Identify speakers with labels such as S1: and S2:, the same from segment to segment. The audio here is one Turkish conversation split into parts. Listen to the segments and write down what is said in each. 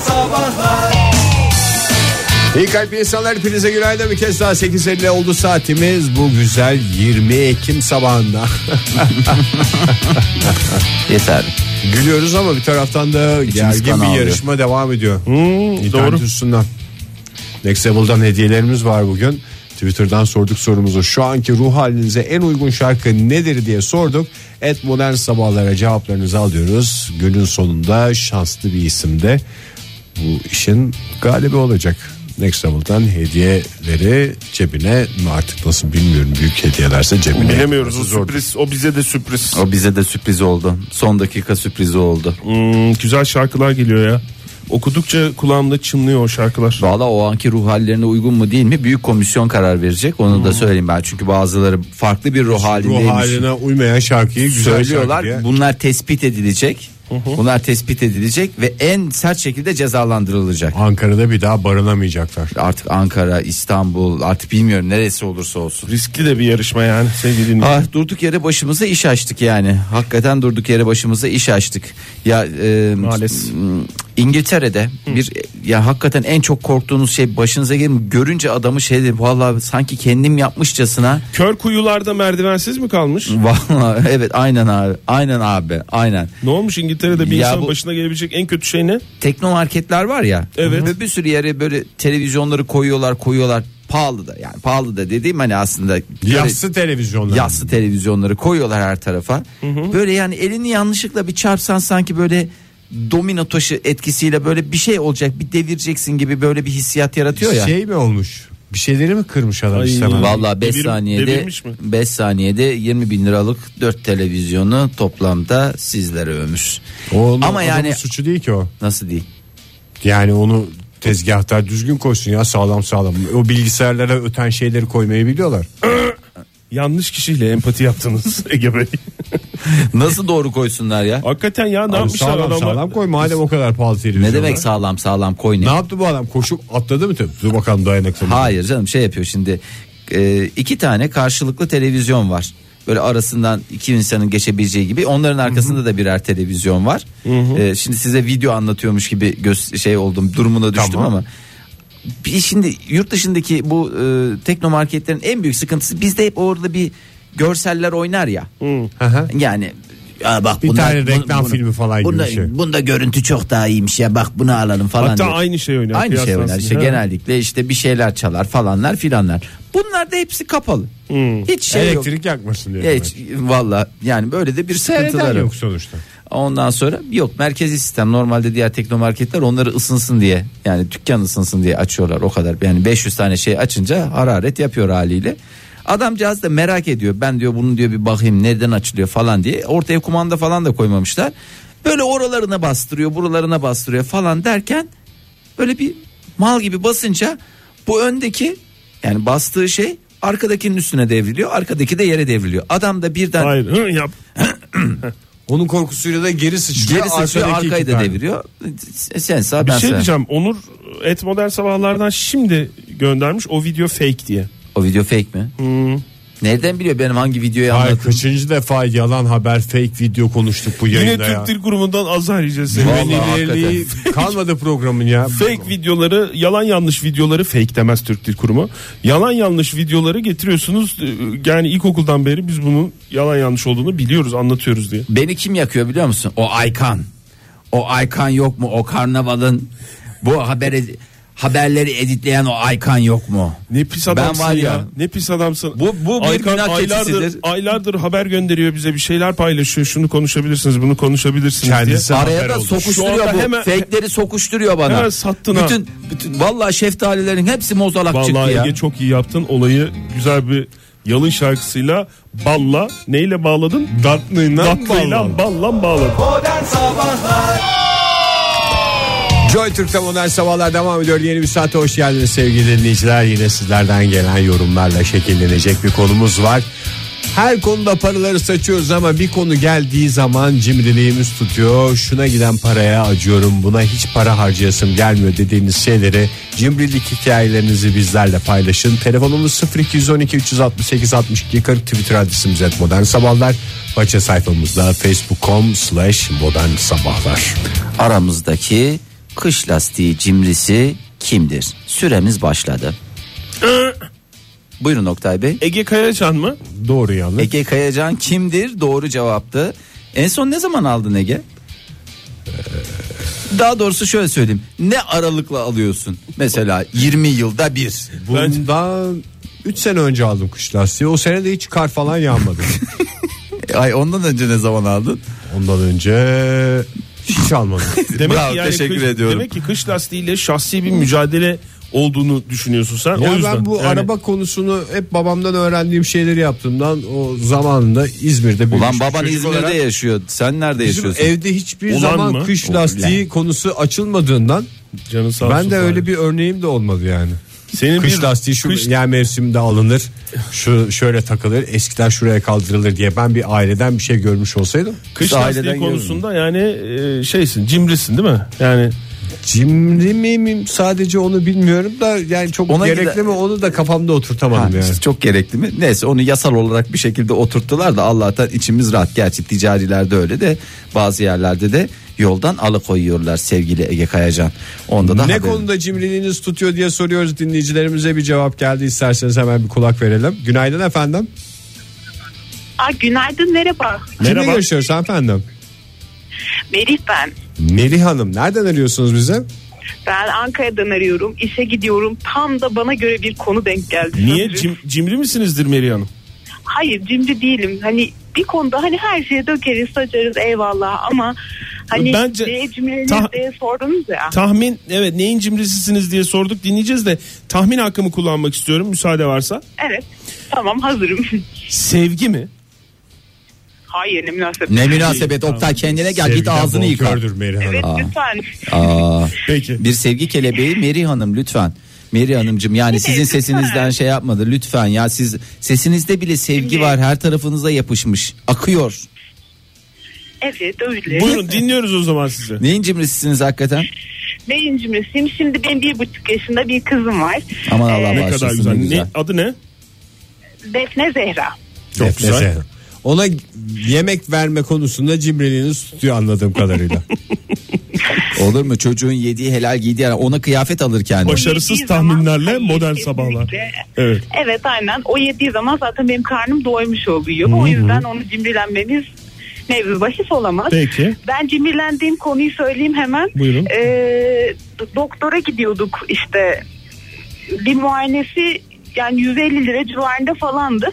S1: Sabahlar İyi kalp insanlar hepinize günaydın bir kez daha 8.50 oldu saatimiz bu güzel 20 Ekim sabahında.
S2: Yeter.
S1: Gülüyoruz ama bir taraftan da gergin
S2: kan
S1: bir
S2: ağlıyor.
S1: yarışma devam ediyor. İnternet
S2: Hmm, doğru.
S1: üstünden. Next Level'dan hediyelerimiz var bugün. Twitter'dan sorduk sorumuzu. Şu anki ruh halinize en uygun şarkı nedir diye sorduk. Et modern sabahlara cevaplarınızı alıyoruz. Günün sonunda şanslı bir isimde bu işin galibi olacak. Next Level'dan hediyeleri cebine mi artık nasıl bilmiyorum büyük hediyelerse cebine.
S3: Bilemiyoruz o
S1: Zor.
S3: sürpriz. O bize de sürpriz.
S2: O bize de sürpriz oldu. Son dakika sürprizi oldu.
S3: Hmm, güzel şarkılar geliyor ya. Okudukça kulağımda çınlıyor o şarkılar.
S2: Valla o anki ruh hallerine uygun mu değil mi? Büyük komisyon karar verecek. Onu da söyleyeyim ben. Çünkü bazıları farklı bir ruh halindeymiş.
S1: Ruh haline uymayan şarkıyı güzel şarkı
S2: söylüyorlar.
S1: diye.
S2: bunlar tespit edilecek. Bunlar tespit edilecek ve en sert şekilde cezalandırılacak.
S1: Ankara'da bir daha barınamayacaklar.
S2: Artık Ankara, İstanbul, artık bilmiyorum neresi olursa olsun.
S3: Riskli de bir yarışma yani sevgili dinleyiciler.
S2: Ah durduk yere başımıza iş açtık yani. Hakikaten durduk yere başımıza iş açtık. Ya e,
S3: Maalesef.
S2: m- İngiltere'de bir ya hakikaten en çok korktuğunuz şey başınıza gelin görünce adamı şey dedi vallahi sanki kendim yapmışçasına
S3: Kör kuyularda merdivensiz mi kalmış?
S1: Hmm.
S2: vallahi evet aynen abi. Aynen abi. Aynen.
S3: Ne olmuş İngiltere'de bir
S2: Ya
S3: insanın
S2: bu-
S3: başına gelebilecek en kötü şey ne?
S2: Teknomarketler var ya.
S3: Evet.
S2: Böyle bir sürü yere böyle televizyonları koyuyorlar, koyuyorlar. Pahalı da yani pahalı da dediğim hani aslında
S1: Yassı televizyonlar.
S2: yassı televizyonları koyuyorlar her tarafa. Böyle yani elini yanlışlıkla bir çarpsan sanki böyle domino taşı etkisiyle böyle bir şey olacak bir devireceksin gibi böyle bir hissiyat yaratıyor ya.
S1: Şey mi olmuş? Bir şeyleri mi kırmış adam
S3: Ay,
S1: istemeden?
S2: Vallahi 5
S3: Devir-
S2: saniyede
S3: devirmiş mi?
S2: 5 saniyede 20 bin liralık 4 televizyonu toplamda sizlere övmüş.
S1: O onun
S2: Ama
S1: adamın
S2: yani
S1: suçu değil ki o.
S2: nasıl değil?
S1: Yani onu tezgahta düzgün koysun ya sağlam sağlam. O bilgisayarlara öten şeyleri koymayı biliyorlar.
S3: Yanlış kişiyle empati yaptınız Ege Bey.
S2: Nasıl doğru koysunlar ya?
S3: Hakikaten ya ne
S1: Abi
S3: yapmışlar
S1: sağlam
S3: adamlar?
S1: sağlam koy madem o kadar pahalı televizyon.
S2: Ne demek sağlam sağlam koy ne?
S1: Ne yaptı bu adam? Koşup atladı mı? Tabii. Dur bakalım dayanıklı. mı?
S2: Hayır canım şey yapıyor şimdi e, iki tane karşılıklı televizyon var. Böyle arasından iki insanın geçebileceği gibi onların arkasında da birer televizyon var. E, şimdi size video anlatıyormuş gibi göz, şey oldum durumuna düştüm
S1: Tamam.
S2: ama. Bir, şimdi yurt dışındaki bu e, teknomarketlerin en büyük sıkıntısı bizde hep orada bir görseller oynar ya.
S1: Hı hı.
S2: Yani "Aa bak
S1: Bir
S2: bunda-
S1: tane
S2: bu-
S1: reklam
S2: bunu-
S1: filmi falan gibi
S2: bunda,
S1: bir şey.
S2: Bunda görüntü çok daha iyiymiş ya bak bunu alalım falan.
S3: Hatta
S2: diye.
S3: aynı şey oynar,
S2: Aynı şey
S3: kıyaslansın.
S2: oynar işte
S3: Ha.
S2: genellikle işte bir şeyler çalar falanlar filanlar. Bunlar da hepsi kapalı. Hiç şey yok.
S1: Hmm. Elektrik yakmasın diyor.
S2: Ya Hiç, valla yani böyle de bir
S1: Seyreden
S2: sıkıntıları
S1: yok sonuçta.
S2: Ondan sonra yok merkezi sistem normalde diğer teknomarketler onları ısınsın diye yani dükkan ısınsın diye açıyorlar o kadar. Yani 500 tane şey açınca hararet yapıyor haliyle. Adamcağız da merak ediyor ben diyor bunu diyor bir bakayım nereden açılıyor falan diye ortaya kumanda falan da koymamışlar. Böyle oralarına bastırıyor buralarına bastırıyor falan derken böyle bir mal gibi basınca bu öndeki yani bastığı şey arkadakinin üstüne devriliyor arkadaki de yere devriliyor. Adam da birden
S3: Hayır hı, yap.
S1: Onun korkusuyla da geri sıçrıyor.
S2: Geri sıçrıyor
S1: arkadaki
S2: arkayı
S1: iki
S2: da
S1: tane.
S2: deviriyor. Sen sağ
S3: Bir
S2: ben
S3: şey
S2: sağ.
S3: diyeceğim Onur e, et modern sabahlardan şimdi göndermiş o video fake diye.
S2: O video fake mi? Nereden biliyor benim hangi videoyu
S1: Ay
S2: anlattım?
S1: kaçıncı defa yalan haber fake video konuştuk bu
S3: Yine
S1: yayında ya.
S3: Türk Dil Kurumu'ndan azar yiyeceğiz. seni.
S2: Vallahi
S1: Güvenilirliği kalmadı programın ya.
S3: Fake videoları yalan yanlış videoları fake demez Türk Dil Kurumu. Yalan yanlış videoları getiriyorsunuz. Ee, Yani ilkokuldan beri biz bunun yalan yanlış olduğunu biliyoruz anlatıyoruz diye.
S2: Beni kim yakıyor biliyor musun? O Aykan. O Aykan yok mu? O karnavalın bu haberi haberleri editleyen o Aykan yok mu?
S3: Ne pis
S2: Ben
S3: adamsın
S2: var
S3: ya.
S2: ya.
S3: Ne pis adamsın.
S2: Bu- bu bir günah
S3: aylardır,
S2: keçisidir.
S3: aylardır haber gönderiyor bize bir şeyler paylaşıyor. Şunu konuşabilirsiniz bunu konuşabilirsiniz
S1: Kendisi
S3: diye.
S2: Araya da
S1: oldu.
S3: Şu
S2: sokuşturuyor
S3: anda
S2: bu.
S3: hemen-
S2: Fake'leri sokuşturuyor bana.
S3: Hemen sattın ha.
S2: bütün, bütün vallahi şeftalilerin hepsi mozalak çıktı
S3: Vallahi
S2: ya.
S3: Ege çok iyi yaptın. Olayı güzel bir yalın şarkısıyla balla neyle bağladın?
S1: Datlıyla
S3: Datlıyla ballan bağladın.
S1: Modern Sabahlar Joy Türk'te modern sabahlar devam ediyor. Yeni bir saate hoş geldiniz sevgili dinleyiciler. Yine sizlerden gelen yorumlarla şekillenecek bir konumuz var. Her konuda paraları saçıyoruz ama bir konu geldiği zaman cimriliğimiz tutuyor. Şuna giden paraya acıyorum buna hiç para harcayasım gelmiyor dediğiniz şeyleri cimrilik hikayelerinizi bizlerle paylaşın. Telefonumuz 0212 368 62 40 Twitter adresimiz et modern sabahlar. Faça sayfamızda facebook.com slash modern sabahlar.
S2: aramızdaki kış lastiği cimrisi kimdir? Süremiz başladı.
S1: Ee?
S2: Buyurun Oktay Bey.
S3: Ege Kayacan mı?
S1: Doğru yanlış.
S2: Ege Kayacan kimdir? Doğru cevaptı. En son ne zaman aldın Ege? Ee, Daha doğrusu şöyle söyleyeyim. Ne aralıkla alıyorsun? Mesela 20 yılda bir.
S1: Bundan 3 sene önce aldım kış lastiği. O sene de hiç kar falan yağmadı.
S2: Ay ondan önce ne zaman aldın?
S1: Ondan önce hiç almadım.
S2: Bravo, teşekkür
S3: kış,
S2: ediyorum.
S3: Demek ki kış lastiğiyle şahsi bir mücadele olduğunu düşünüyorsun sen. o
S1: Ya
S3: yüzden.
S1: ben bu
S3: Yani
S1: araba konusunu hep babamdan öğrendiğim şeyleri yaptığımdan o zamanında İzmir'de büyümüş
S2: Ulan
S1: bir
S2: baban
S1: çocuk
S2: İzmir'de
S1: olarak
S2: yaşıyor. Sen nerede
S1: bizim
S2: yaşıyorsun?
S1: evde hiçbir
S3: Ulan
S1: zaman
S3: mı?
S1: kış
S2: Ulan.
S1: lastiği konusu açılmadığından
S3: canın sağ
S1: ben
S3: olsun
S1: de
S3: Fahri.
S1: öyle bir örneğim de olmadı yani.
S3: Senin
S1: Kış
S3: bir-
S1: lastiği şu
S3: kış-
S1: yani mevsimde alınır. Şu şöyle takılır. Eskiden şuraya kaldırılır diye ben bir aileden bir şey görmüş olsaydım
S3: kış
S2: Biz
S3: lastiği
S2: aileden
S3: konusunda yani e, şeysin cimrisin değil mi? Yani
S1: Cimri miyim sadece onu bilmiyorum da yani çok
S2: Ona
S1: gerekli
S2: gide-
S1: mi onu da kafamda
S2: Ha,
S1: oturtamadım yani.
S2: siz Çok gerekli mi? Neyse onu yasal olarak bir şekilde oturttular da Allah'tan içimiz rahat. Gerçi ticarilerde öyle de bazı yerlerde de yoldan alıkoyuyorlar sevgili Ege Kayacan. Onda da
S1: Ne
S2: haberin-
S1: konuda cimriliğiniz tutuyor diye soruyoruz dinleyicilerimize bir cevap geldi isterseniz hemen bir kulak verelim. Günaydın efendim.
S4: Aa, günaydın merhaba.
S1: Merhaba. Kimle
S3: Merhaba.
S1: görüşüyoruz efendim?
S4: Melih ben.
S1: Melih Hanım nereden arıyorsunuz bize?
S4: Ben Ankara'dan arıyorum. İşe gidiyorum. Tam da bana göre bir konu denk geldi.
S3: niye
S4: sanırım.
S3: cim, cimri misinizdir Meryem Hanım?
S4: Hayır cimri değilim. Hani bir konuda hani her şeye dökeriz saçarız eyvallah ama hani
S3: Bence-
S4: neye cimriniz
S3: Tah-
S4: diye sordunuz ya.
S3: Tahmin evet neyin cimrisisiniz diye sorduk dinleyeceğiz de tahmin hakkımı kullanmak istiyorum müsaade varsa.
S4: evet tamam hazırım.
S3: Sevgi mi?
S4: Hayır ne münasebet.
S2: Ne münasebet Oktay kendine gel git
S1: Sevgiden
S2: ağzını yıka.
S1: bonkördür Melih Hanım.
S4: Evet
S2: Aa.
S4: lütfen.
S2: Aa,
S3: Peki.
S2: bir sevgi kelebeği Meri Hanım lütfen. Meri Hanımcığım yani sizin
S4: lütfen.
S2: sesinizden şey yapmadı lütfen ya siz sesinizde bile sevgi var her tarafınıza yapışmış akıyor.
S4: Evet öyle.
S3: Buyurun dinliyoruz o zaman sizi.
S2: Neyin cimrisisiniz hakikaten?
S4: Neyin cimrisiyim? Şimdi benim bir buçuk yaşında bir kızım var.
S2: Aman Allah
S4: Ee,
S3: Ne kadar
S2: bağışlasın
S3: güzel.
S2: ne güzel.
S3: Ne, adı ne?
S4: Defne Zehra.
S1: Çok
S3: Defne
S1: güzel.
S3: Zehra.
S1: Ona yemek verme konusunda cimriliğiniz tutuyor anladığım kadarıyla.
S2: Olur mu çocuğun yediği helal giydiği helal. ona kıyafet alırken.
S3: Başarısız
S4: Yediği zaman-
S3: tahminlerle
S4: Hayır,
S3: modern
S4: kesinlikle.
S3: sabahlar. Evet.
S4: Evet aynen. O yediği zaman zaten benim karnım doymuş oluyor. O yüzden onu cimrilenmemiz nevri bahis olamaz.
S3: Peki.
S4: Ben cimrilendiğim konuyu söyleyeyim hemen.
S3: Buyurun.
S4: Ee, doktora gidiyorduk işte. Bir muayenesi yani 150 lira civarında falandı.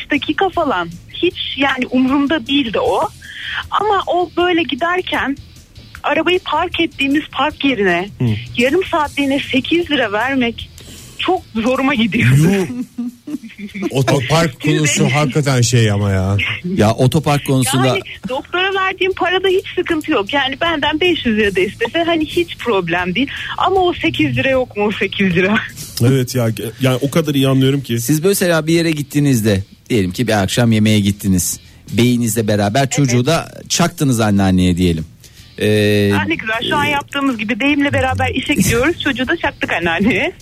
S4: 5 dakika falan. Hiç yani umurumda değildi o. Ama o böyle giderken arabayı park ettiğimiz park yerine yarım saatliğine 8 lira vermek çok zoruma gidiyor.
S1: Otopark konusu hakikaten şey ama ya.
S2: Ya otopark konusunda
S4: Yani doktora verdiğim parada hiç sıkıntı yok. Yani benden 500 lira da istese hani hiç problem değil. Ama o 8 lira yok mu o 8 lira?
S3: Evet ya ge- yani o kadar iyi anlıyorum ki.
S2: siz mesela bir yere gittiğinizde diyelim ki bir akşam yemeğe gittiniz. Beyinizle beraber çocuğu da çaktınız anneanneye diyelim. Ee,
S4: Ah ne güzel şu an yaptığımız gibi deyimle beraber işe gidiyoruz. Çocuğu da çaktık anneanneye.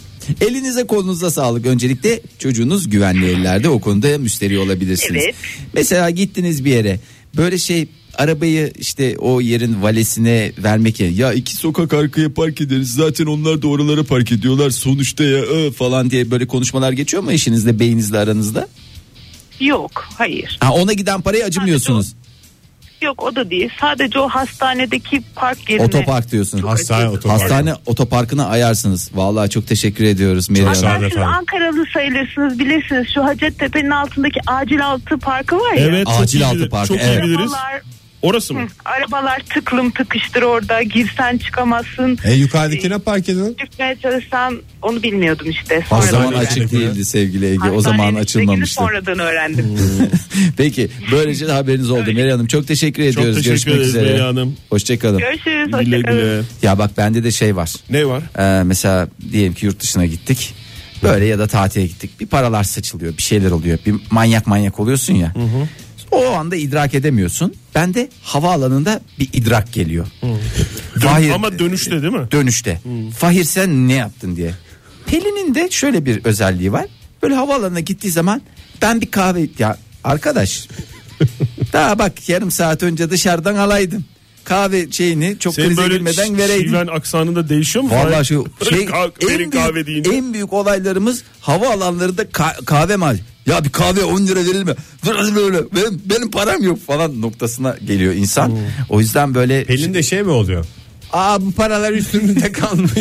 S2: Elinize kolunuza sağlık. Öncelikle çocuğunuz güvenli ellerde o konuda müsterih olabilirsiniz.
S4: Evet.
S2: Mesela gittiniz bir yere böyle şey arabayı işte o yerin valesine vermek yerine, ya iki sokak arkaya park ederiz zaten onlar da oralara park ediyorlar sonuçta ya ı" falan diye böyle konuşmalar geçiyor mu eşinizle beyninizle aranızda?
S4: Yok hayır.
S2: Ha, ona giden parayı acımıyorsunuz.
S4: Yok o da değil. Sadece o hastanedeki park yerine.
S2: Otopark diyorsun.
S1: Hastane otopark.
S2: Hastane otoparkına ayarsınız. Vallahi çok teşekkür ediyoruz Meryem
S1: sağ
S2: Hanım.
S1: olun.
S4: Hatta siz
S1: efendim.
S4: Ankaralı sayılırsınız bilirsiniz. Şu Hacettepe'nin altındaki acil altı parkı var ya.
S3: Evet. çok
S2: Acil
S3: iyi
S2: altı
S3: bilir-
S2: parkı,
S3: Çok iyi
S2: evet.
S3: biliriz.
S4: Arabalar,
S3: Orası mı?
S4: arabalar tıklım tıkıştır orada. Girsen çıkamazsın.
S1: E yukarıdakine park edin.
S4: Çıkmaya çalışsan onu bilmiyordum işte.
S2: O
S4: Sonradan
S2: zaman
S1: Hastaneye
S4: öğrendim.
S2: açık
S1: gittik ya.
S2: değildi sevgili Ege. O
S4: Hastanenin
S2: zaman
S4: içindekini
S2: açılmamıştı. Hmm.
S4: Sonradan öğrendim.
S2: Peki böylece de haberiniz oldu. Meryem Hanım çok teşekkür ediyoruz.
S3: teşekkür
S2: Görüşmek
S3: ederiz
S2: üzere.
S3: Meryem Hanım.
S2: Hoşçakalın.
S4: Görüşürüz.
S3: Güle
S4: Hoşçakalın.
S3: güle.
S2: Ya bak bende de şey var.
S3: Ne var?
S2: Ee, mesela diyelim ki yurt dışına gittik. Böyle ya da tatile gittik. Bir paralar saçılıyor, bir şeyler oluyor. Bir manyak manyak oluyorsun ya. O anda idrak edemiyorsun. Ben de havaalanında bir idrak geliyor.
S3: Dön-
S2: Hayır. e,
S3: ama dönüşte değil mi?
S2: Dönüşte.
S3: Hmm.
S2: Fahir sen ne yaptın diye. Pelin'in de şöyle bir özelliği var. Böyle havaalanına gittiği zaman ben bir kahve ya arkadaş. daha bak yarım saat önce dışarıdan alaydın. kahve şeyini çok
S3: Senin
S2: krize
S3: böyle
S2: girmeden vereydin.
S3: şiven aksanın da değişiyor mu?
S2: Vallahi şu
S3: Böyle
S2: şey
S3: kah-
S2: en,
S3: derin
S2: büyük,
S3: kahve deyince.
S2: en büyük olaylarımız hava alanlarında ka- kahve mal. Ya bir kahve 10 lira verir mi? Böyle böyle benim, benim param yok falan noktasına geliyor insan.
S3: Hmm.
S2: O yüzden böyle
S1: Pelin de şey mi oluyor? Aa bu paralar üstümüzde kalmış.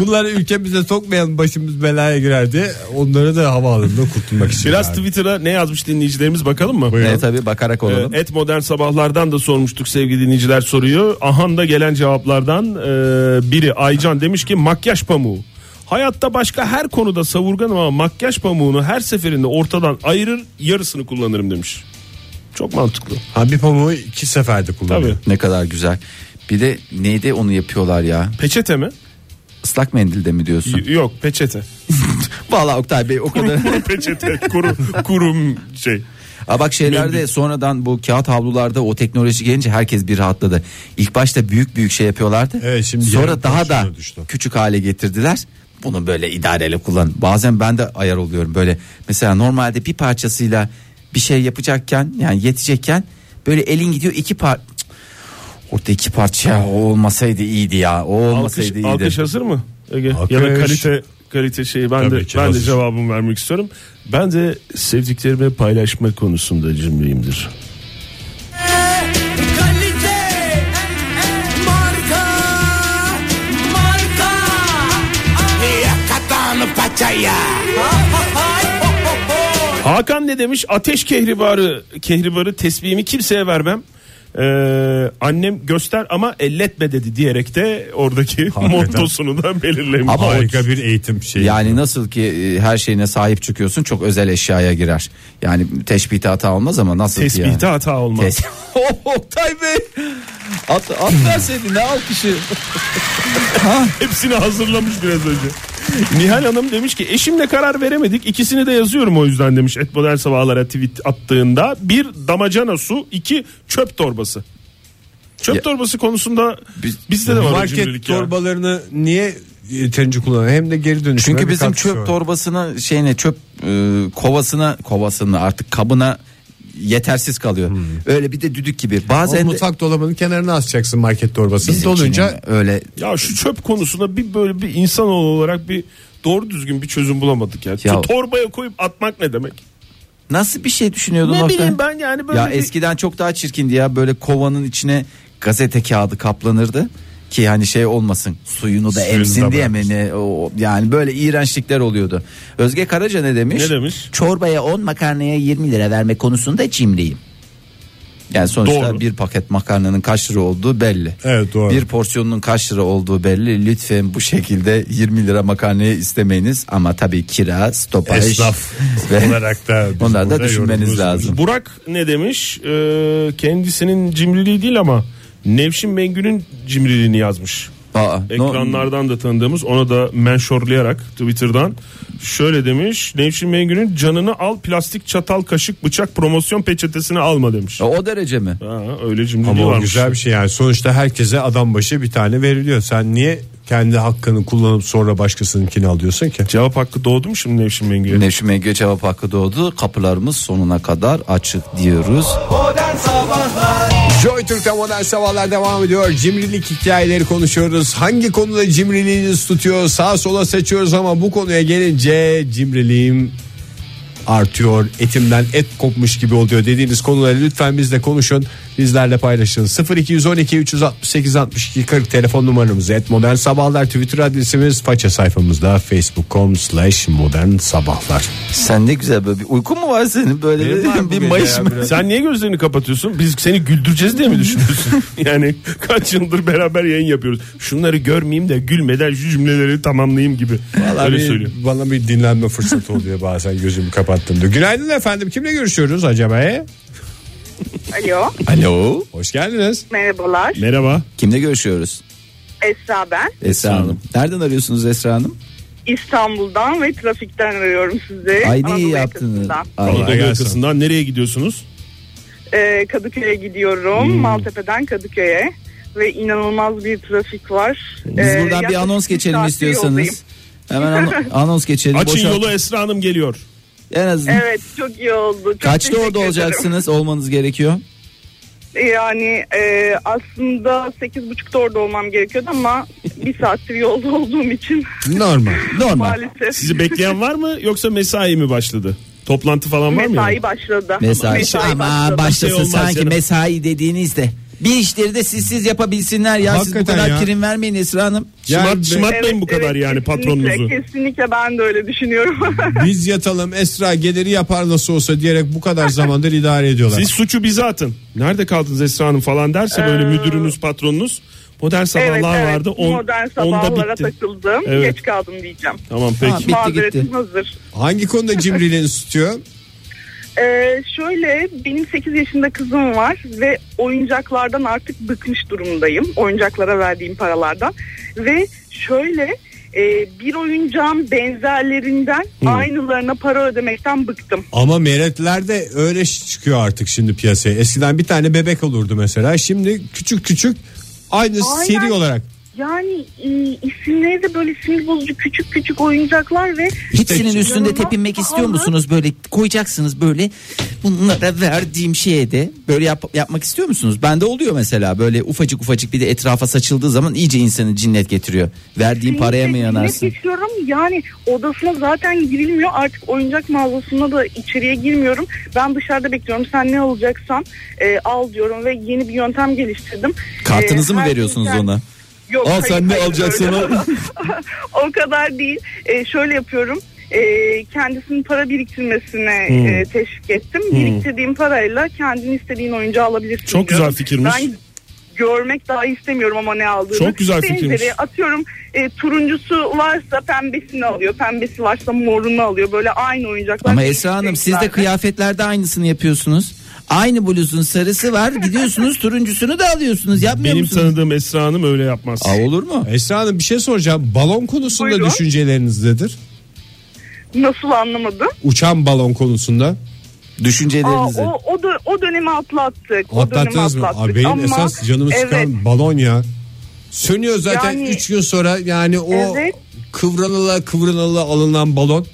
S1: Bunları ülkemize sokmayan başımız belaya girerdi. Onları da havaalanında kurtulmak için.
S3: Biraz
S1: abi.
S3: Twitter'a ne yazmış dinleyicilerimiz bakalım mı?
S2: e, tabii bakarak olalım.
S3: Et modern sabahlardan da sormuştuk sevgili dinleyiciler soruyu. Ahan da gelen cevaplardan e, biri Aycan demiş ki makyaj pamuğu. Hayatta başka her konuda savurganım ama makyaj pamuğunu her seferinde ortadan ayırır yarısını kullanırım demiş. Çok mantıklı.
S1: Ha, bir pamuğu iki seferde kullanıyor.
S3: Tabii.
S2: Ne kadar güzel. Bir de neydi onu yapıyorlar ya?
S3: Peçete mi?
S2: Islak mendilde mi diyorsun?
S3: Y- yok peçete.
S2: Vallahi Oktay Bey o kadar.
S3: Kuru peçete. Kuru, kurum şey.
S2: Aa bak şeylerde
S3: Mendil.
S2: sonradan bu kağıt havlularda o teknoloji gelince herkes bir rahatladı. İlk başta büyük büyük şey yapıyorlardı.
S1: Evet, şimdi yarım
S2: Sonra daha da
S1: kurşuna düştü.
S2: küçük hale getirdiler. Bunu böyle idareli kullan. Bazen ben de ayar oluyorum böyle. Mesela normalde bir parçasıyla bir şey yapacakken yani yetecekken böyle elin gidiyor iki par Cık. Orada iki parça o olmasaydı iyiydi ya. O
S3: Alkış,
S2: olmasaydı iyiydi.
S3: alkış hazır mı? Ege?
S1: Alkış.
S3: Ya da kalite kalite şeyi ben
S1: Tabii
S3: de
S1: ki
S3: ben
S1: hazır.
S3: de cevabımı vermek istiyorum. Ben de sevdiklerimi paylaşma konusunda cimriyimdir.
S5: Kalite marka marka Yakatan paçaya
S3: Hakan ne demiş? Ateş kehribarı kehribarı tesbihimi kimseye vermem. Ee, annem göster ama elletme dedi diyerek de oradaki mottosunu da belirlemiş.
S2: Ama o
S1: Harika bir eğitim şeyi.
S2: Yani nasıl ki e, her şeyine sahip çıkıyorsun çok özel eşyaya girer. Yani teşbihte hata olmaz ama nasıl ki yani?
S3: Tesbihte hata olmaz.
S2: Tes- Oh, Oktay Bey. At, at verseydi ne alkışı.
S3: Hepsini hazırlamış biraz önce. Nihal Hanım demiş ki eşimle karar veremedik. İkisini de yazıyorum o yüzden demiş. Et modern sabahlara tweet attığında. Bir damacana su, iki çöp torbası. Çöp
S2: Ya-
S3: torbası konusunda
S2: Biz-
S3: bizde de var o
S1: Market
S3: cimrilik ya.
S1: torbalarını niye yeterince kullanıyor? Hem de geri dönüşüme
S2: Çünkü
S1: bir
S2: bizim
S1: katkısı
S2: çöp
S1: var.
S2: torbasına şeyine çöp e, kovasına kovasına artık kabına yetersiz kalıyor. Öyle bir de düdük gibi.
S1: Ama
S2: Bazen de
S1: Hmm. mutfak dolabının kenarına asacaksın market torbasını.
S2: Bizimkinin
S1: Dolunca
S2: öyle
S3: Ya şu çöp konusunda bir böyle bir insanoğlu olarak bir doğru düzgün bir çözüm bulamadık ya.
S2: Ya-
S3: Şu torbaya koyup atmak ne demek?
S2: nasıl bir şey düşünüyordun
S3: Ne
S2: Oktay?
S3: bileyim ben yani böyle
S2: Ya
S3: bir-
S2: eskiden çok daha çirkindi ya böyle kovanın içine gazete kağıdı kaplanırdı ki hani şey olmasın suyunu da
S1: Suyunu
S2: emsin
S1: da
S2: diye mi ne o- yani böyle iğrençlikler oluyordu. Özge Karaca ne demiş?
S3: Ne demiş?
S2: Çorbaya 10 makarnaya 20 lira verme konusunda cimriyim. Yani sonuçta
S3: Doğru.
S2: bir paket makarnanın kaç lira olduğu belli.
S1: Evet, doğru.
S2: Bir porsiyonunun kaç lira olduğu belli. Lütfen bu şekilde 20 lira makarnaya istemeyiniz ama tabii kira, stopaj
S1: esnaf
S2: ve
S1: olarak da biz
S2: onları da
S1: burada
S2: düşünmeniz
S1: yorumluyoruz.
S2: lazım.
S3: Burak ne demiş? Ee, kendisinin cimriliği değil ama Nevşin Bengü'nün cimriliğini yazmış.
S2: Aa, no-
S3: Ekranlardan da tanıdığımız ona da menşorlayarak Twitter'dan şöyle demiş. Nevşin Mengü'nün canını al plastik çatal kaşık bıçak promosyon peçetesini alma demiş.
S2: Ya O derece mi?
S3: Ha, öyle cimriliği
S1: Ama o
S3: varmış.
S1: güzel bir şey yani. Sonuçta herkese adam başı bir tane veriliyor. Sen niye kendi hakkını kullanıp sonra başkasınınkini alıyorsun ki?
S3: Cevap hakkı doğdu mu şimdi Nevşin Mengü'ye?
S2: Nevşin Mengü cevap hakkı doğdu. Kapılarımız sonuna kadar açık diyoruz.
S1: Joy Türk'te modern sabahlar devam ediyor. Cimrilik hikayeleri konuşuyoruz. Hangi konuda cimriliğiniz tutuyor? Sağa sola seçiyoruz ama bu konuya gelince cimriliğim artıyor. Etimden et kopmuş gibi oluyor dediğiniz konuları lütfen bizle konuşun. Bizlerle paylaşın. 0212 368 62 40 telefon numaramız. Et modern sabahlar Twitter adresimiz. Faça sayfamızda facebook.com slash modern sabahlar.
S2: Sen ne güzel böyle bir uykun mu var senin böyle
S1: Benim var bu
S2: bir, bir
S1: gece
S2: mayış
S1: ya
S2: mı?
S1: biraz.
S3: Sen niye gözlerini kapatıyorsun? Biz seni güldüreceğiz diye mi düşünüyorsun? yani kaç yıldır beraber yayın yapıyoruz. Şunları görmeyeyim de gülmeden şu cümleleri tamamlayayım gibi. Öyle
S1: bir-
S3: söylüyor.
S1: Bana bir dinlenme fırsatı oluyor bazen gözümü kapattığımda. Günaydın efendim. Kimle görüşüyoruz acaba?
S4: Alo
S2: Alo.
S1: Hoş geldiniz.
S4: merhabalar
S3: Merhaba.
S2: Kimle görüşüyoruz?
S4: Esra ben
S2: Esra Hanım. Nereden arıyorsunuz Esra Hanım?
S4: İstanbul'dan ve trafikten arıyorum sizi.
S2: Ay ne iyi
S4: Anadolu
S2: yaptınız.
S4: yakasından.
S2: Ay,
S3: Anadolu
S1: gelsin.
S3: yakasından nereye gidiyorsunuz?
S4: Ee, Kadıköy'e gidiyorum
S2: Hmm.
S4: Maltepe'den Kadıköy'e ve inanılmaz bir trafik var. Ee,
S2: Biz buradan bir
S4: yaklaşık
S2: anons
S4: bir
S2: geçelim
S4: saattir yoldayım.
S2: istiyorsanız. Hemen ano- anons geçelim.
S3: Açın
S2: Boşalt-
S3: yolu Esra Hanım geliyor.
S2: En azından.
S4: Evet çok iyi oldu. Çok
S2: Kaçta
S4: teşekkür
S2: orada
S4: ederim.
S2: olacaksınız? Olmanız gerekiyor.
S4: Yani e, aslında 8.30'da orada olmam gerekiyordu ama bir saattir yolda olduğum için
S1: Normal.
S2: Normal.
S4: maalesef
S3: Sizi bekleyen var mı yoksa mesai mi başladı? Toplantı falan var mı? yani?
S4: mesai başladı.
S2: Mesai. Ama başlasın
S3: Şey olmaz
S2: sanki
S3: canım.
S2: mesai dediğinizde. Bir işleri de siz siz yapabilsinler ya. siz bu
S1: Hakikaten
S2: kadar
S1: ya.
S2: prim vermeyin Esra Hanım.
S1: Yani
S3: Şımart-
S1: be-
S3: şımartmayın bu kadar yani
S4: kesinlikle,
S3: patronunuzu.
S4: Kesinlikle ben de öyle düşünüyorum.
S1: Biz yatalım Esra geliri yapar nasıl olsa diyerek bu kadar zamandır idare ediyorlar.
S3: Siz suçu bize atın. Nerede kaldınız Esra Hanım falan derse
S4: Ee,
S3: böyle müdürünüz patronunuz. Modern sabahlar vardı. On,
S4: Modern
S3: onda
S4: sabahlara
S3: bitti.
S4: takıldım.
S3: Evet.
S4: Geç kaldım diyeceğim.
S3: Tamam
S2: Ha,
S3: peki.
S2: bitti
S4: Mazeretim
S2: gitti.
S4: hazır.
S1: Hangi konuda cimriliğini tutuyor?
S4: Ee, şöyle benim 8 yaşında kızım var ve oyuncaklardan artık bıkmış durumdayım. Oyuncaklara verdiğim paralardan. Ve şöyle e, bir oyuncağın benzerlerinden aynılarına para ödemekten bıktım.
S1: Ama meretlerde öyle ş- çıkıyor artık şimdi piyasaya. Eskiden bir tane bebek olurdu mesela. Şimdi küçük küçük aynı
S4: Aynen.
S1: seri olarak.
S4: Yani e, isimleri de böyle sinir bozucu küçük küçük oyuncaklar ve
S2: Hepsinin üstünde
S4: Yanına
S2: tepinmek istiyor
S4: pahalı.
S2: musunuz böyle koyacaksınız böyle bunlara verdiğim şeye de böyle yap- yapmak istiyor musunuz? Bende oluyor mesela böyle ufacık ufacık bir de etrafa saçıldığı zaman iyice insanı cinnet getiriyor. Verdiğin paraya mı
S4: Sinirle
S2: yanarsın?
S4: geçiyorum. Yani odasına zaten girilmiyor. Artık oyuncak mağazasına da içeriye girmiyorum. Ben dışarıda bekliyorum. Sen ne alacaksan e, al diyorum ve yeni bir yöntem geliştirdim.
S2: Kartınızı
S4: E,
S2: mı
S4: her
S2: veriyorsunuz
S4: şeyden-
S2: ona?
S4: Yok,
S2: Al
S4: hayır,
S2: sen ne
S4: hayır,
S2: alacaksan
S4: öyle.
S2: al.
S4: o kadar değil. E, şöyle yapıyorum. E, kendisinin para biriktirmesine e, teşvik ettim. Biriktirdiğim parayla kendini istediğin oyuncağı alabilirsin.
S3: Çok
S4: diyorum.
S3: güzel fikirmiş.
S4: Ben görmek daha istemiyorum ama ne aldığını.
S3: Çok güzel fikirmiş.
S4: Benzeri atıyorum e, turuncusu varsa pembesini alıyor. Pembesi varsa morunu alıyor. Böyle aynı oyuncaklar.
S2: Ama Esra Hanım siz de kıyafetlerde aynısını yapıyorsunuz. Aynı bluzun sarısı var gidiyorsunuz turuncusunu da alıyorsunuz yapmıyor
S3: Benim
S2: musunuz?
S3: tanıdığım Esra Hanım öyle yapmaz.
S2: Aa, olur mu?
S1: Esra Hanım bir şey soracağım. Balon konusunda
S4: Buyurun.
S1: düşünceleriniz nedir?
S4: Nasıl anlamadım?
S1: Uçan balon konusunda.
S4: Aa,
S2: Düşüncelerinizi.
S4: o, o, da, o dönemi atlattık. O dönemi
S1: Atlattınız mı?
S4: atlattık.
S1: Abi benim
S4: Ama
S1: esas canımı sıkan
S4: evet,
S1: balon ya. Sönüyor zaten
S4: Yani-
S1: 3 gün sonra yani o
S4: Evet.
S1: kıvranıla kıvranıla alınan balon.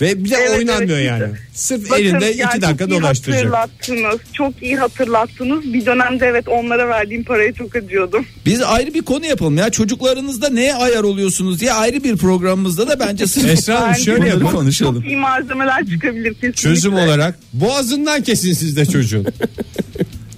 S1: Ve bir de
S4: Evet,
S1: oynanmıyor
S4: evet,
S1: yani.
S4: işte.
S1: Sırf
S4: Bakın,
S1: elinde
S4: yani
S1: 2 dakika
S4: çok iyi
S1: dolaştıracak.
S4: Hatırlattınız. Çok iyi hatırlattınız. Bir dönemde evet onlara verdiğim parayı çok acıyordum.
S2: Biz ayrı bir konu yapalım ya çocuklarınızda neye ayar oluyorsunuz diye ayrı bir programımızda da bence sırf
S1: Esra Hanım
S4: Bence
S1: şöyle
S4: de
S1: yapın.
S4: çok-
S2: konuşalım.
S4: Çok iyi malzemeler çıkabilir kesinlikle.
S1: Çözüm olarak boğazından kesin siz de çocuğun.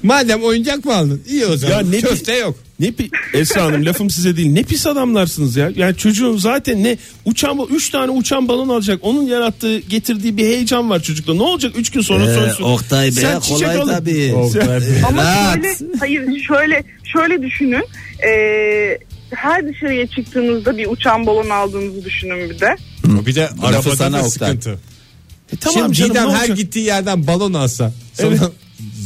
S1: Madem oyuncak mı aldın? İyi o zaman.
S3: Ya ne-
S1: Köfte yok.
S3: Ne pi- Esra Hanım lafım size değil. Ne pis adamlarsınız ya. Yani çocuğun zaten ne uçan 3 tane uçan balon alacak. Onun yarattığı getirdiği bir heyecan var çocukta. Ne olacak 3 gün sonra
S2: Ee,
S3: sönsün.
S2: Oktay Bey
S3: Sen çiçek
S2: kolay
S3: alın.
S2: tabii.
S3: Sen-
S4: Ama
S2: Rahat.
S4: şöyle, hayır şöyle şöyle düşünün. Ee, her dışarıya çıktığınızda bir uçan balon aldığınızı düşünün bir de.
S1: Bir de
S2: Lafı
S1: arabada
S2: sana
S1: da
S2: Oktay.
S1: sıkıntı.
S3: E tamam
S1: Şimdi
S3: canım,
S1: Didem
S3: ne
S1: her
S3: olacak?
S1: gittiği yerden balon alsa. Sonra
S3: Evet.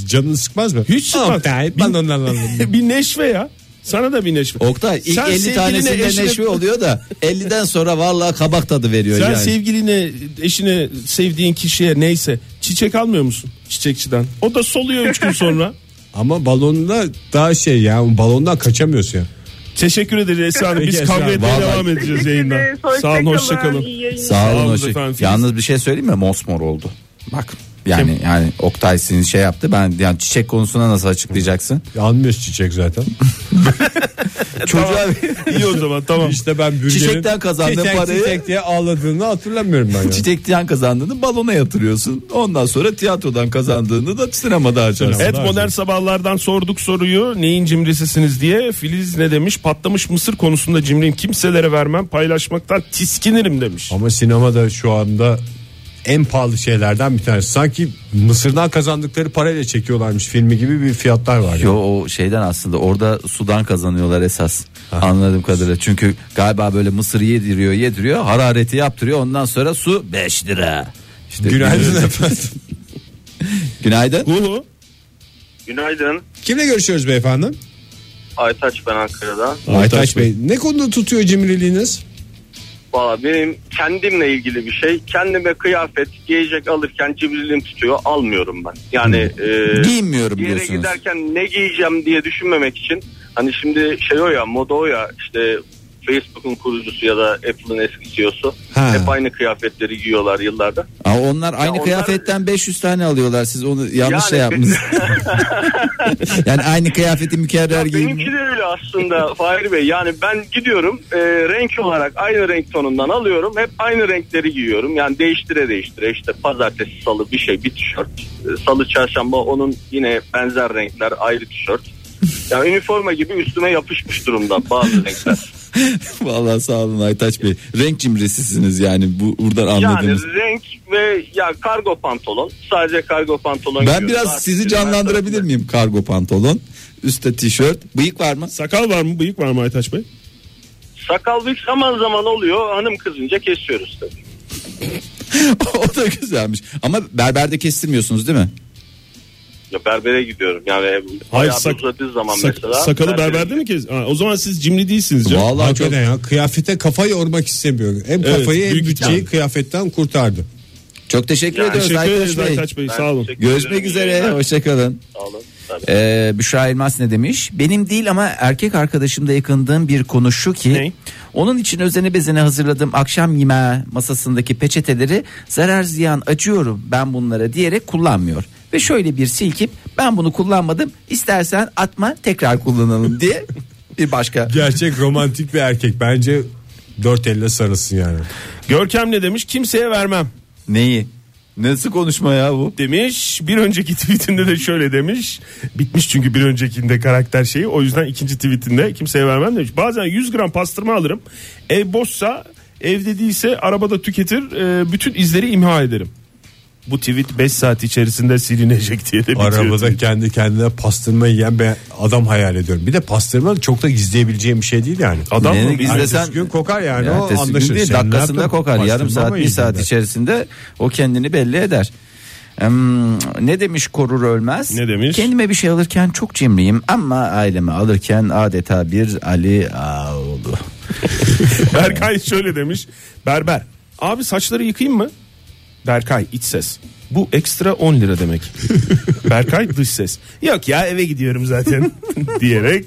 S1: canını sıkmaz mı?
S3: Hiç sıkmaz.
S1: Oktay
S3: Bin-
S1: balon alalım.
S3: bir neşve ya. Sana da bir neşve.
S2: Oktay ilk
S3: Sen
S2: 50
S3: sevgiline
S2: tanesinde
S3: eşine-
S2: neşve oluyor da 50'den sonra vallahi kabak tadı veriyor
S3: Sen
S2: yani.
S3: sevgiline, eşine, sevdiğin kişiye neyse çiçek almıyor musun çiçekçiden? O da soluyor 3 gün sonra.
S1: Ama balonla daha şey ya balondan kaçamıyorsun ya.
S3: Teşekkür ederiz Esra Hanım. Biz
S1: Peki Esra
S3: kavga
S1: Hanım,
S3: etmeye
S2: vallahi.
S3: devam edeceğiz
S4: Teşekkür
S3: yayında.
S4: ederiz.
S3: Sağ olun, hoşçakalın.
S4: iyi yayınlar.
S2: Sağ
S3: Sağ
S2: olun
S3: olun
S2: hoş-
S3: efendim.
S2: Yalnız bir şey söyleyeyim mi? Mosmor oldu. Bak yani yani Oktay sizin şey yaptı. Ben yani çiçek konusuna nasıl açıklayacaksın?
S1: Yanmıyoruz çiçek zaten.
S3: E,
S2: Çocuğa
S3: İyi o zaman tamam.
S1: işte ben bürgenin
S2: Çiçekten kazandığın
S1: çiçek,
S2: parayı-
S1: çiçek diye ağladığını hatırlamıyorum ben. ya.
S2: çiçekten kazandığını balona yatırıyorsun. Ondan sonra tiyatrodan kazandığını da sinemada harcarsın.
S3: Evet modern sabahlardan sorduk soruyu neyin cimrisisiniz diye Filiz ne demiş patlamış mısır konusunda cimriyim kimselere vermem paylaşmaktan tiskinirim demiş.
S1: Ama sinemada şu anda en pahalı şeylerden bir tanesi. Sanki Mısır'dan kazandıkları parayla çekiyorlarmış filmi gibi bir fiyatlar var. ya.
S2: Yo o şeyden aslında orada sudan kazanıyorlar esas.
S6: Ah.
S2: Anladığım kadarıyla. Çünkü galiba böyle mısır yediriyor yediriyor harareti yaptırıyor ondan sonra su 5 lira. İşte
S1: Günaydın efendim.
S2: Günaydın.
S3: Gulu
S6: Günaydın.
S1: Kimle görüşüyoruz beyefendi?
S6: Aytaç ben Ankara'da.
S1: Aytaç Bey. Ne konuda tutuyor cimriliğiniz?
S6: Valla benim kendimle ilgili bir şey. Kendime kıyafet, giyecek alırken cibrilim tutuyor. Almıyorum ben. Yani e,
S2: Giyinmiyorum
S6: bir yere
S2: diyorsunuz.
S6: giderken ne giyeceğim diye düşünmemek için. Hani şimdi şey o ya moda o ya işte Facebook'un kurucusu ya da Apple'ın eski CEO'su
S1: Ha.
S6: hep aynı kıyafetleri giyiyorlar yıllarda.
S2: Aa, onlar aynı
S6: onlar-
S2: kıyafetten 500 tane alıyorlar siz onu yanlış şey
S6: Yani-
S2: yapmışsınız. yani aynı kıyafeti mükerrer
S6: Ya
S2: giyin.
S6: benimki de öyle aslında Fahri Bey. Yani ben gidiyorum e, renk olarak aynı renk tonundan alıyorum. Hep aynı renkleri giyiyorum. Yani değiştire değiştire işte pazartesi salı bir şey bir tişört. E, Salı çarşamba onun yine benzer renkler ayrı tişört. Yani üniforma gibi üstüme yapışmış durumda bazı renkler.
S2: Vallahi sağ olun Aytaç Bey. Renk cimrisisiniz yani bu buradan anladığımız.
S6: Yani renk ve ya kargo pantolon. Sadece kargo pantolon
S2: ben
S6: giyiyorum.
S2: biraz
S6: Artık
S2: sizi
S6: günler
S2: canlandırabilir
S6: tarafında.
S2: miyim? Kargo pantolon, üstte tişört, bıyık var mı?
S3: Sakal var mı bıyık var mı Aytaç Bey?
S6: Sakal büyük zaman zaman oluyor. Hanım kızınca kesiyoruz tabii.
S2: o da güzelmiş. Ama berberde kestirmiyorsunuz değil mi?
S6: Ya berbere gidiyorum. Yani
S3: Hayır,
S6: Hayır,
S3: sak-
S6: uzadığı zaman
S3: Sak-
S6: mesela.
S3: sakalı
S6: berbere
S3: berberde mi kez? Ha, o zaman siz cimri değilsiniz canım.
S2: Vallahi çok
S1: Hakikaten ya kıyafete kafa yormak istemiyorum. Hem
S3: Evet,
S1: kafayı hem
S3: büyük
S1: bütçeyi
S3: ihtimal.
S1: kıyafetten kurtardı.
S2: çok teşekkür
S6: Yani
S2: ediyoruz
S3: Teşekkür ederiz
S2: Aytaç Bey.
S3: Aytaç Bey.
S6: Ben
S3: Sağ olun.
S6: teşekkür
S2: Görüşmek
S6: ederim.
S2: üzere.
S6: İyi günler.
S2: Hoşçakalın.
S6: Sağ olun. Tabii.
S2: Ee, Büşra Elmas ne demiş? Benim değil ama erkek arkadaşımda yakındığım bir konu şu ki...
S3: Ne?
S2: Onun için özene bezene hazırladığım akşam yemeği masasındaki peçeteleri zarar ziyan acıyorum ben bunlara diyerek kullanmıyor. Ve şöyle bir silkip ben bunu kullanmadım istersen atma tekrar kullanalım diye bir başka.
S1: Gerçek romantik bir erkek. Bence dört elle sarılsın yani.
S2: E,
S3: Görkem ne demiş? Kimseye vermem.
S2: Neyi? Nasıl konuşma ya bu?
S3: demiş. Bir önceki tweetinde de şöyle demiş. Bitmiş çünkü bir öncekinde karakter şeyi. O yüzden ikinci tweetinde kimseye vermem demiş. Bazen 100 gram pastırma alırım. Ev boşsa evde değilse arabada tüketir. e, bütün izleri imha ederim. Bu tweet 5 saat içerisinde silinecek diye de bitiyor.
S1: Arabada kendi kendine pastırma yiyen bir adam hayal ediyorum. Bir de pastırma çok da gizleyebileceğim bir şey değil yani.
S3: Adam
S2: Ne
S3: mı?
S2: gizlesen-
S1: Ertesi gün kokar yani.
S2: Yani
S1: o anlaşılır.
S2: değil,
S1: Sen ne
S2: dakikasında
S1: yaptın?
S2: kokar. Yarım
S1: Pastırma
S2: saat
S1: mı
S2: bir
S1: yedin
S2: saat
S1: der.
S2: içerisinde o kendini belli eder. Hmm, ne demiş korur ölmez?
S3: Ne demiş?
S2: Kendime bir şey alırken çok cimriyim ama aileme alırken adeta bir Ali Ağoğlu.
S3: Berkay şöyle demiş. Berber. Abi saçları yıkayayım mı? Berkay iç ses. Bu ekstra 10 lira demek. Berkay dış ses. Yok ya eve gidiyorum zaten diyerek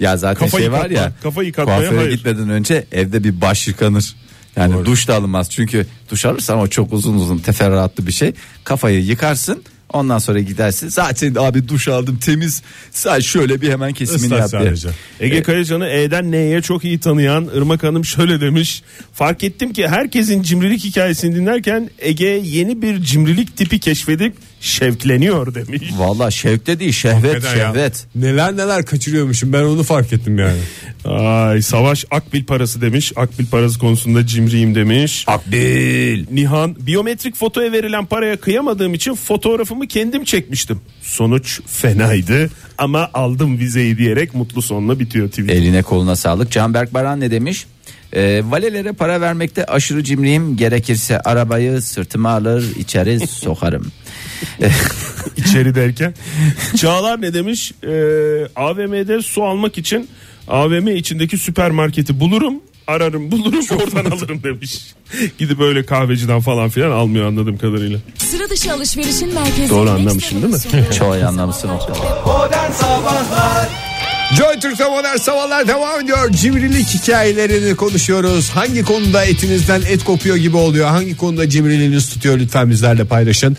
S2: Ya zaten
S3: Kafa
S2: şey
S3: yıkatma,
S2: var ya.
S3: kafa yıkatmaya
S2: kuaföre
S3: hayır.
S2: gitmeden önce evde bir baş yıkanır. Yani duş da alınmaz. Çünkü duş alırsan o çok uzun uzun teferruatlı bir şey. Kafayı yıkarsın. Ondan sonra gidersin. Zaten abi duş aldım temiz. Sen şöyle bir hemen kesimini
S1: Islak
S2: yap diye.
S1: sadece.
S3: Ege Kayacan'ı E'den N'ye çok iyi tanıyan Irmak Hanım şöyle demiş. Fark ettim ki herkesin cimrilik hikayesini dinlerken Ege yeni bir cimrilik tipi keşfedip şevkleniyor demiş.
S2: Valla şevkte değil şehvet
S1: Hakikaten ya.
S2: şehvet.
S1: Neler neler kaçırıyormuşum ben onu fark ettim yani.
S3: Ay Savaş Akbil parası demiş. Akbil parası konusunda cimriyim demiş.
S2: Akbil.
S3: Nihan biyometrik fotoya verilen paraya kıyamadığım için fotoğrafımı kendim çekmiştim. Sonuç fenaydı ama aldım vizeyi diyerek mutlu sonla bitiyor tweet.
S2: Eline koluna sağlık. Canberk Baran ne demiş? Ee, valelere para vermekte aşırı cimriyim. Gerekirse arabayı sırtıma alır içeri sokarım.
S3: İçeri derken. Çağlar ne demiş? Ee, AVM'de su almak için AVM içindeki süpermarketi bulurum ararım bulurum oradan alırım demiş. Gidip öyle kahveciden falan filan almıyor anladığım kadarıyla.
S7: Sıra dışı alışverişin merkezi.
S3: Doğru
S7: Next
S3: anlamışsın
S7: Level
S3: değil mi?
S7: sunuyor.
S2: Çok iyi anlamışsın o.
S5: Modern Sabahlar
S1: Joy Türk'te modern sabahlar devam ediyor. Cimrilik hikayelerini konuşuyoruz. Hangi konuda etinizden et kopuyor gibi oluyor? Hangi konuda cimriliğiniz tutuyor? Lütfen bizlerle paylaşın.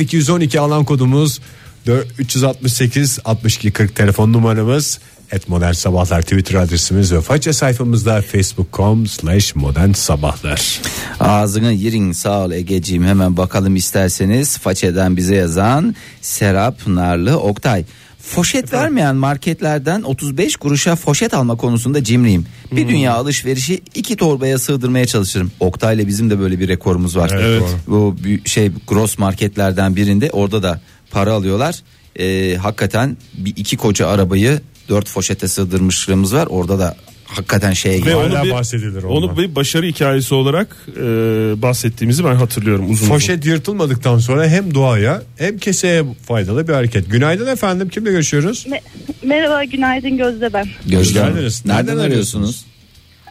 S1: 0212 alan kodumuz 4 368 62 40 telefon numaramız. Et modern sabahlar Twitter adresimiz ve faça sayfamızda facebook.com slash modern sabahlar.
S2: Ağzını yirin sağ ol Egeciğim hemen bakalım isterseniz façeden bize yazan Serap Narlı Oktay. Foşet vermeyen marketlerden 35 kuruşa foşet alma konusunda cimriyim. Bir dünya alışverişi iki torbaya sığdırmaya çalışırım. Oktay'la bizim de böyle bir rekorumuz var.
S3: Evet.
S2: Bu bir şey gross marketlerden birinde orada da para alıyorlar. Ee, hakikaten bir iki koca arabayı dört foşete sığdırmışlığımız var. Orada da hakikaten şeye
S3: Ve
S2: gidiyor.
S1: Hala
S3: onu bir,
S1: bahsedilir ondan.
S3: onu bir başarı hikayesi olarak e, bahsettiğimizi ben hatırlıyorum uzun uzun.
S1: Poşet yırtılmadıktan sonra hem doğaya hem keseye faydalı bir hareket. Günaydın efendim kimle görüşüyoruz?
S8: Me- Merhaba günaydın Gözde ben.
S2: Gözde Hanım,
S1: geldiniz.
S2: Nereden,
S1: Nereden
S2: arıyorsunuz?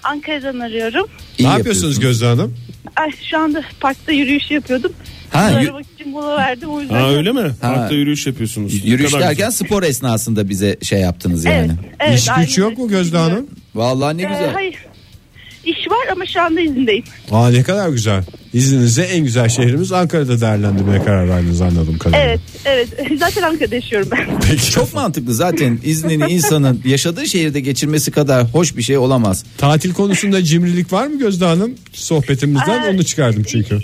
S8: Ankara'dan arıyorum.
S2: İyi
S1: ne yapıyorsunuz Gözde Hanım?
S8: Ay, şu anda parkta yürüyüş yapıyordum.
S2: Ha,
S8: Sonra
S2: yü-
S8: bak için mola verdim o yüzden.
S3: Ha öyle mi?
S2: Ha.
S3: Parkta yürüyüş yapıyorsunuz. Ne
S2: Yürüyüş
S3: kadar
S2: derken spor esnasında bize şey yaptınız yani.
S8: Evet, şey evet,
S1: İş
S8: aynen
S1: güç yok mu
S8: öyle.
S1: Gözde Hanım?
S2: Vallahi ne
S4: Ee,
S2: güzel.
S4: hayır. İş var ama şu anda izindeyim.
S1: Aa ne kadar güzel. İzninizle en güzel şehrimiz Ankara'da değerlendirmeye karar verdiniz anladım kadarıyla.
S4: Evet, evet. Zaten Ankara'da yaşıyorum ben.
S1: Peki.
S2: Çok mantıklı zaten iznini insanın yaşadığı şehirde geçirmesi kadar hoş bir şey olamaz.
S1: Tatil konusunda cimrilik var mı Gözde Hanım? Sohbetimizden
S4: Aa,
S1: onu çıkardım çünkü.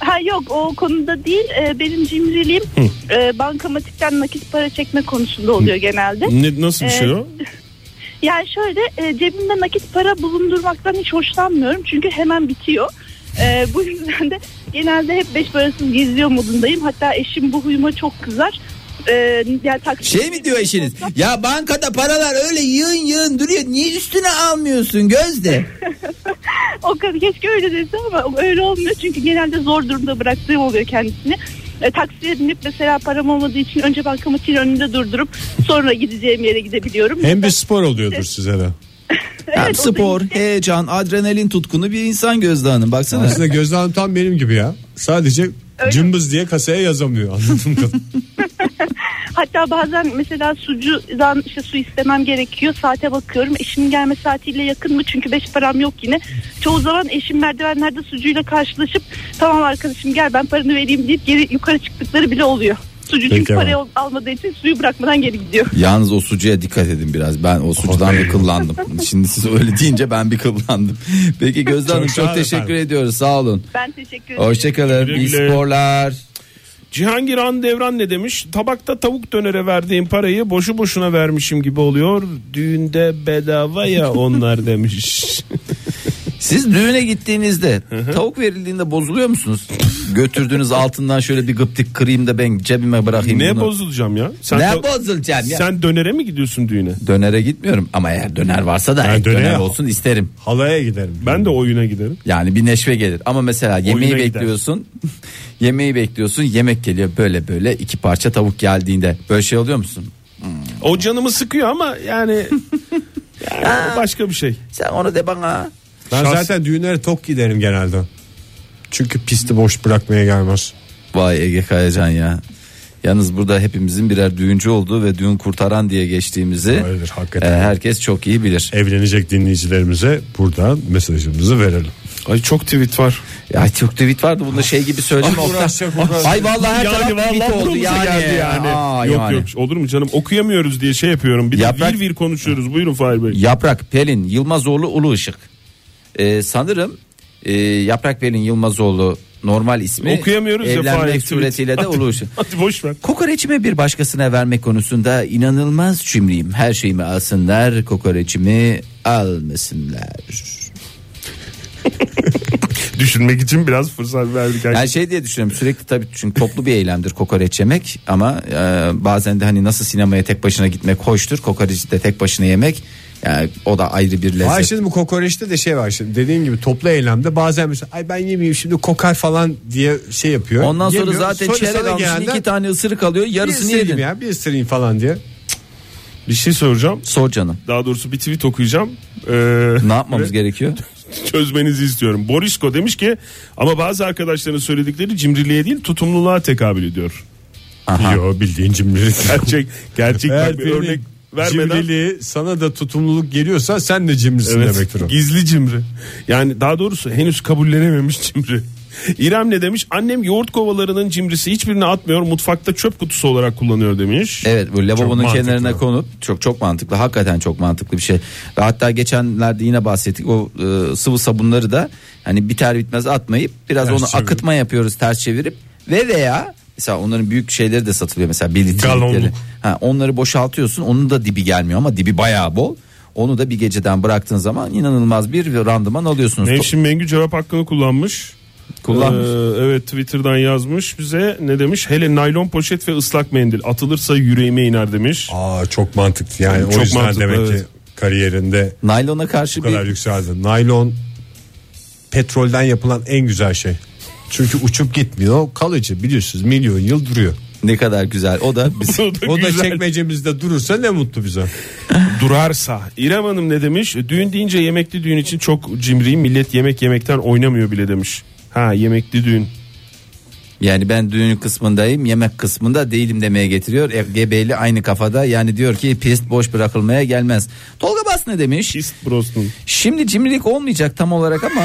S4: Ha yok o konuda değil. Ee, benim cimriliğim e, bankamatikten nakit para çekme konusunda oluyor genelde.
S3: Ne, nasıl bir şey
S4: Ee,
S3: o?
S4: Yani şöyle e, cebimde nakit para bulundurmaktan hiç hoşlanmıyorum. Çünkü hemen bitiyor. Ee, bu yüzden de genelde hep beş parasız geziyor modundayım. Hatta eşim bu huyuma çok kızar. Ee, yani taksi-
S2: Şey mi diyor eşiniz? Ya bankada paralar öyle yığın yığın duruyor. Niye üstüne almıyorsun Gözde?
S4: O kadar keşke öyle dese ama öyle olmuyor çünkü genelde zor durumda bıraktığım oluyor kendisini. E, taksiye binip mesela param olmadığı için önce bankamatiğin önünde durdurup sonra gideceğim yere gidebiliyorum.
S1: Hem bir spor oluyordur size de.
S2: Hem
S4: o da
S2: spor, heyecan, adrenalin tutkunu bir insan Gözde Hanım. Baksana.
S1: Aslında Gözde Hanım tam benim gibi ya. Sadece
S4: Öyle
S1: cımbız diye kasaya yazamıyor anladın mı?
S4: Hatta bazen mesela sucudan işte su istemem gerekiyor. Saate bakıyorum. Eşimin gelme saatiyle yakın mı? Çünkü beş param yok yine. Çoğu zaman eşim merdivenlerde sucuyla karşılaşıp tamam arkadaşım gel ben paranı vereyim deyip geri yukarı çıktıkları bile oluyor. Sucu
S1: Peki
S4: çünkü
S1: ama.
S4: parayı almadığı için suyu bırakmadan geri gidiyor.
S2: Yalnız o sucuya dikkat edin biraz. Ben o sucudan bir kıllandım. Şimdi siz öyle deyince ben bir kıllandım. Peki Gözde Hanım
S1: Çok sağ
S2: çok
S1: olun
S2: teşekkür
S1: efendim.
S2: ediyoruz. Sağ olun.
S4: Ben teşekkür ederim.
S2: Hoşçakalın.
S3: Güle
S2: İyi
S3: güle.
S2: sporlar.
S3: Cihangir Han Devran ne demiş? Tabakta tavuk dönere verdiğim parayı boşu boşuna vermişim gibi oluyor. Düğünde bedava ya onlar demiş.
S2: Siz düğüne gittiğinizde tavuk verildiğinde bozuluyor musunuz? Götürdüğünüz altından şöyle bir gıptık kırayım da ben cebime bırakayım
S3: ne
S2: bunu.
S3: bozulacağım ya? Sen
S2: ne
S3: tav-
S2: bozulacağım ya?
S3: Sen dönere mi gidiyorsun düğüne?
S2: Dönere gitmiyorum ama eğer döner varsa da
S1: Ben
S2: et döner
S1: dönere-
S2: olsun isterim.
S1: Halaya giderim.
S3: Ben de oyuna giderim.
S2: Yani bir neşve gelir ama mesela yemeği
S3: gider.
S2: bekliyorsun. yemeği bekliyorsun. Yemek geliyor böyle böyle iki parça tavuk geldiğinde. Böyle şey oluyor musun?
S3: O canımı sıkıyor ama yani, yani o başka bir şey.
S2: Sen onu de bana.
S1: Ben
S3: Şahs-
S1: zaten düğünlere tok giderim genelde. Çünkü pisti boş bırakmaya gelmez.
S2: Vay Ege Kayacan ya. Yalnız burada hepimizin birer düğüncü olduğu ve düğün kurtaran diye geçtiğimizi
S1: Öyledir,
S2: e,
S1: hakikaten.
S2: herkes çok iyi bilir.
S1: Evlenecek dinleyicilerimize buradan mesajımızı verelim.
S3: Ay çok tweet var.
S2: Ya çok tweet vardı bunda şey gibi söyleme.
S1: uğraşacak, uğraşacak.
S2: Ay vallahi her taraf
S3: Yani
S2: tweet
S3: vallahi
S2: oldu
S3: burumuza
S2: yani.
S3: geldi yani.
S2: Aa,
S3: yok
S2: yani.
S3: yok olur mu canım okuyamıyoruz diye şey yapıyorum. Bir
S2: Yaprak-
S3: de vir vir konuşuyoruz. Buyurun Fahir Bey.
S2: Yaprak Pelin Yılmazoğlu Ulu Işık. Ee, sanırım e, Yaprak Pelin Yılmazoğlu normal ismi
S3: Okuyamıyoruz ya,
S2: evlenmek
S3: Fahir, tweet.
S2: suretiyle de Ulu Işık.
S3: Hadi boş ver.
S2: Kokoreçimi bir başkasına vermek konusunda inanılmaz cimriyim. Her şeyimi alsınlar, kokoreçimi almasınlar.
S3: Düşünmek için biraz fırsat verdik.
S2: Ben şey diye düşünüyorum sürekli tabii çünkü toplu bir eylemdir kokoreç yemek ama e, bazen de hani nasıl sinemaya tek başına gitmek hoştur kokoreçi de tek başına yemek yani o da ayrı bir lezzet.
S1: Ay şimdi bu kokoreçte de şey var şimdi dediğin gibi toplu eylemde bazen mesela ay ben yemeyeyim şimdi kokar falan diye şey yapıyor.
S2: Ondan sonra
S1: Yemiyor.
S2: zaten çeyrek
S1: sana
S2: almışsın
S1: gelenler,
S2: iki tane ısırık alıyor
S1: bir
S2: yarısını
S1: ısırayım
S2: yedin.
S1: ya bir ısırayım falan diye.
S3: Bir şey soracağım.
S2: Sor canım
S3: Daha doğrusu bir tweet okuyacağım. Ee,
S2: ne yapmamız gerekiyor?
S3: çözmenizi istiyorum. Borisko demiş ki ama bazı arkadaşların söyledikleri cimriliğe değil tutumluluğa tekabül ediyor.
S2: Aha.
S1: Yo bildiğin cimrilik.
S3: Gerçek gerçek
S1: Eğer
S3: bak bir örnek vermeden
S1: cimriliği sana da tutumluluk geliyorsa sen de cimrisin
S3: Evet,
S1: demektir o.
S3: Gizli cimri. Yani daha doğrusu henüz kabullenememiş cimri. İrem ne demiş? Annem yoğurt kovalarının cimrisi hiçbirini atmıyor. Mutfakta çöp kutusu olarak kullanıyor demiş.
S2: Evet bu lavabonun
S3: mantıklı.
S2: kenarına konup çok çok mantıklı hakikaten çok mantıklı bir şey. Ve hatta geçenlerde yine bahsettik o e, sıvı sabunları da hani biter bitmez atmayıp biraz onu
S1: çevirip.
S2: akıtma yapıyoruz ters çevirip ve veya mesela onların büyük şeyleri de satılıyor mesela bir
S3: Galonluk.
S2: litrelikleri. Ha, onları boşaltıyorsun onun da dibi gelmiyor ama dibi bayağı bol. Onu da bir geceden bıraktığın zaman inanılmaz bir randıman alıyorsunuz.
S3: Nevşin Mengü cevap hakkını kullanmış.
S2: Kullanmış.
S3: Ee, evet Twitter'dan yazmış bize ne demiş? Hele naylon poşet ve ıslak mendil atılırsa yüreğime iner demiş.
S1: Aa çok mantıklı yani o
S3: Çok
S1: yüzden
S3: mantıklı,
S1: demek
S3: evet.
S1: ki kariyerinde
S2: Naylona karşı
S1: bu kadar
S2: bir
S1: yükseldi. Naylon petrolden yapılan en güzel şey. Çünkü uçup gitmiyor kalıcı biliyorsunuz milyon yıl duruyor.
S2: ne kadar güzel. O da bizim
S3: O da
S1: O da
S3: güzel.
S1: çekmecemizde durursa ne mutlu bize.
S3: Durarsa. İrem Hanım ne demiş? Düğün deyince yemekli düğün için çok cimriyim. Millet yemek yemekten oynamıyor bile demiş. Ha yemekli düğün.
S2: Yani ben düğün kısmındayım yemek kısmında değilim demeye getiriyor. FGB'li aynı kafada yani diyor ki pist boş bırakılmaya gelmez. Tolga Bas ne demiş?
S3: Pist Brosnan.
S2: Şimdi cimrilik olmayacak tam olarak ama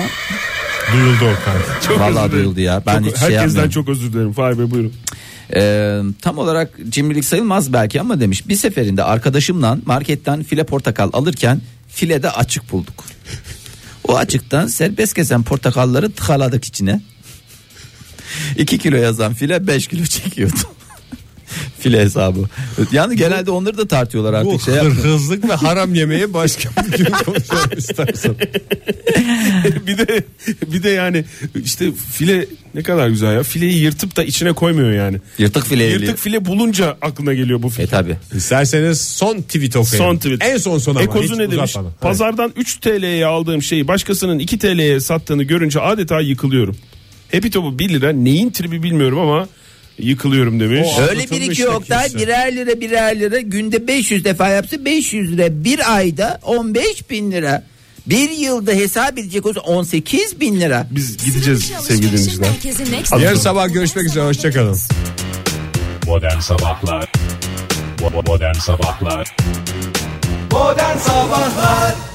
S1: Duyuldu Okan.
S3: Çok
S2: Vallahi
S3: özür dilerim.
S2: duyuldu ya. Ben
S3: Çok-
S2: hiç şey
S3: herkesten
S2: yapmıyorum.
S3: çok özür dilerim. Fahir Bey buyurun.
S2: Ee, tam olarak cimrilik sayılmaz belki ama demiş bir seferinde arkadaşımla marketten file portakal alırken filede açık bulduk. O açıktan serbest gezen portakalları tıkaladık içine. 2 kilo yazan file 5 kilo çekiyordu. file hesabı. Yani genelde onları da tartıyorlar artık
S1: Bu
S2: şey yap-
S1: hırsızlık ve haram yemeği başka bir gün konuşalım istersen.
S3: bir de bir de yani işte file ne kadar güzel ya. Fileyi yırtıp da içine koymuyor yani.
S2: Yırtık file
S3: Yırtık file bulunca aklına geliyor bu
S2: E
S3: fikir.
S2: tabi.
S1: İsterseniz son tweet okuyalım.
S3: Son tweet.
S1: En son sona. ama, hiç
S3: Ekozu ne demiş?
S1: uzatmadan. Evet.
S3: Pazardan 3 TL'ye aldığım şeyi başkasının 2 TL'ye sattığını görünce adeta yıkılıyorum. Happy Top'u 1 lira neyin tribi bilmiyorum ama yıkılıyorum demiş.
S1: O-
S2: Öyle bir iki
S1: Anlatılmış
S2: Oktay
S1: dakikası.
S2: birer lira birer lira günde 500 defa yapsa 500 lira bir ayda 15 bin lira. Bir yılda hesap edecek olsa 18 bin lira.
S3: Biz gideceğiz
S7: Sıra dışı
S3: sevgili
S7: alışverişin
S3: dinleyiciler.
S7: merkezi Next
S1: Yarın
S7: Modern
S1: sabah görüşmek üzere. Hoşçakalın.
S9: Modern Sabahlar Bo- Modern Sabahlar
S5: Modern Sabahlar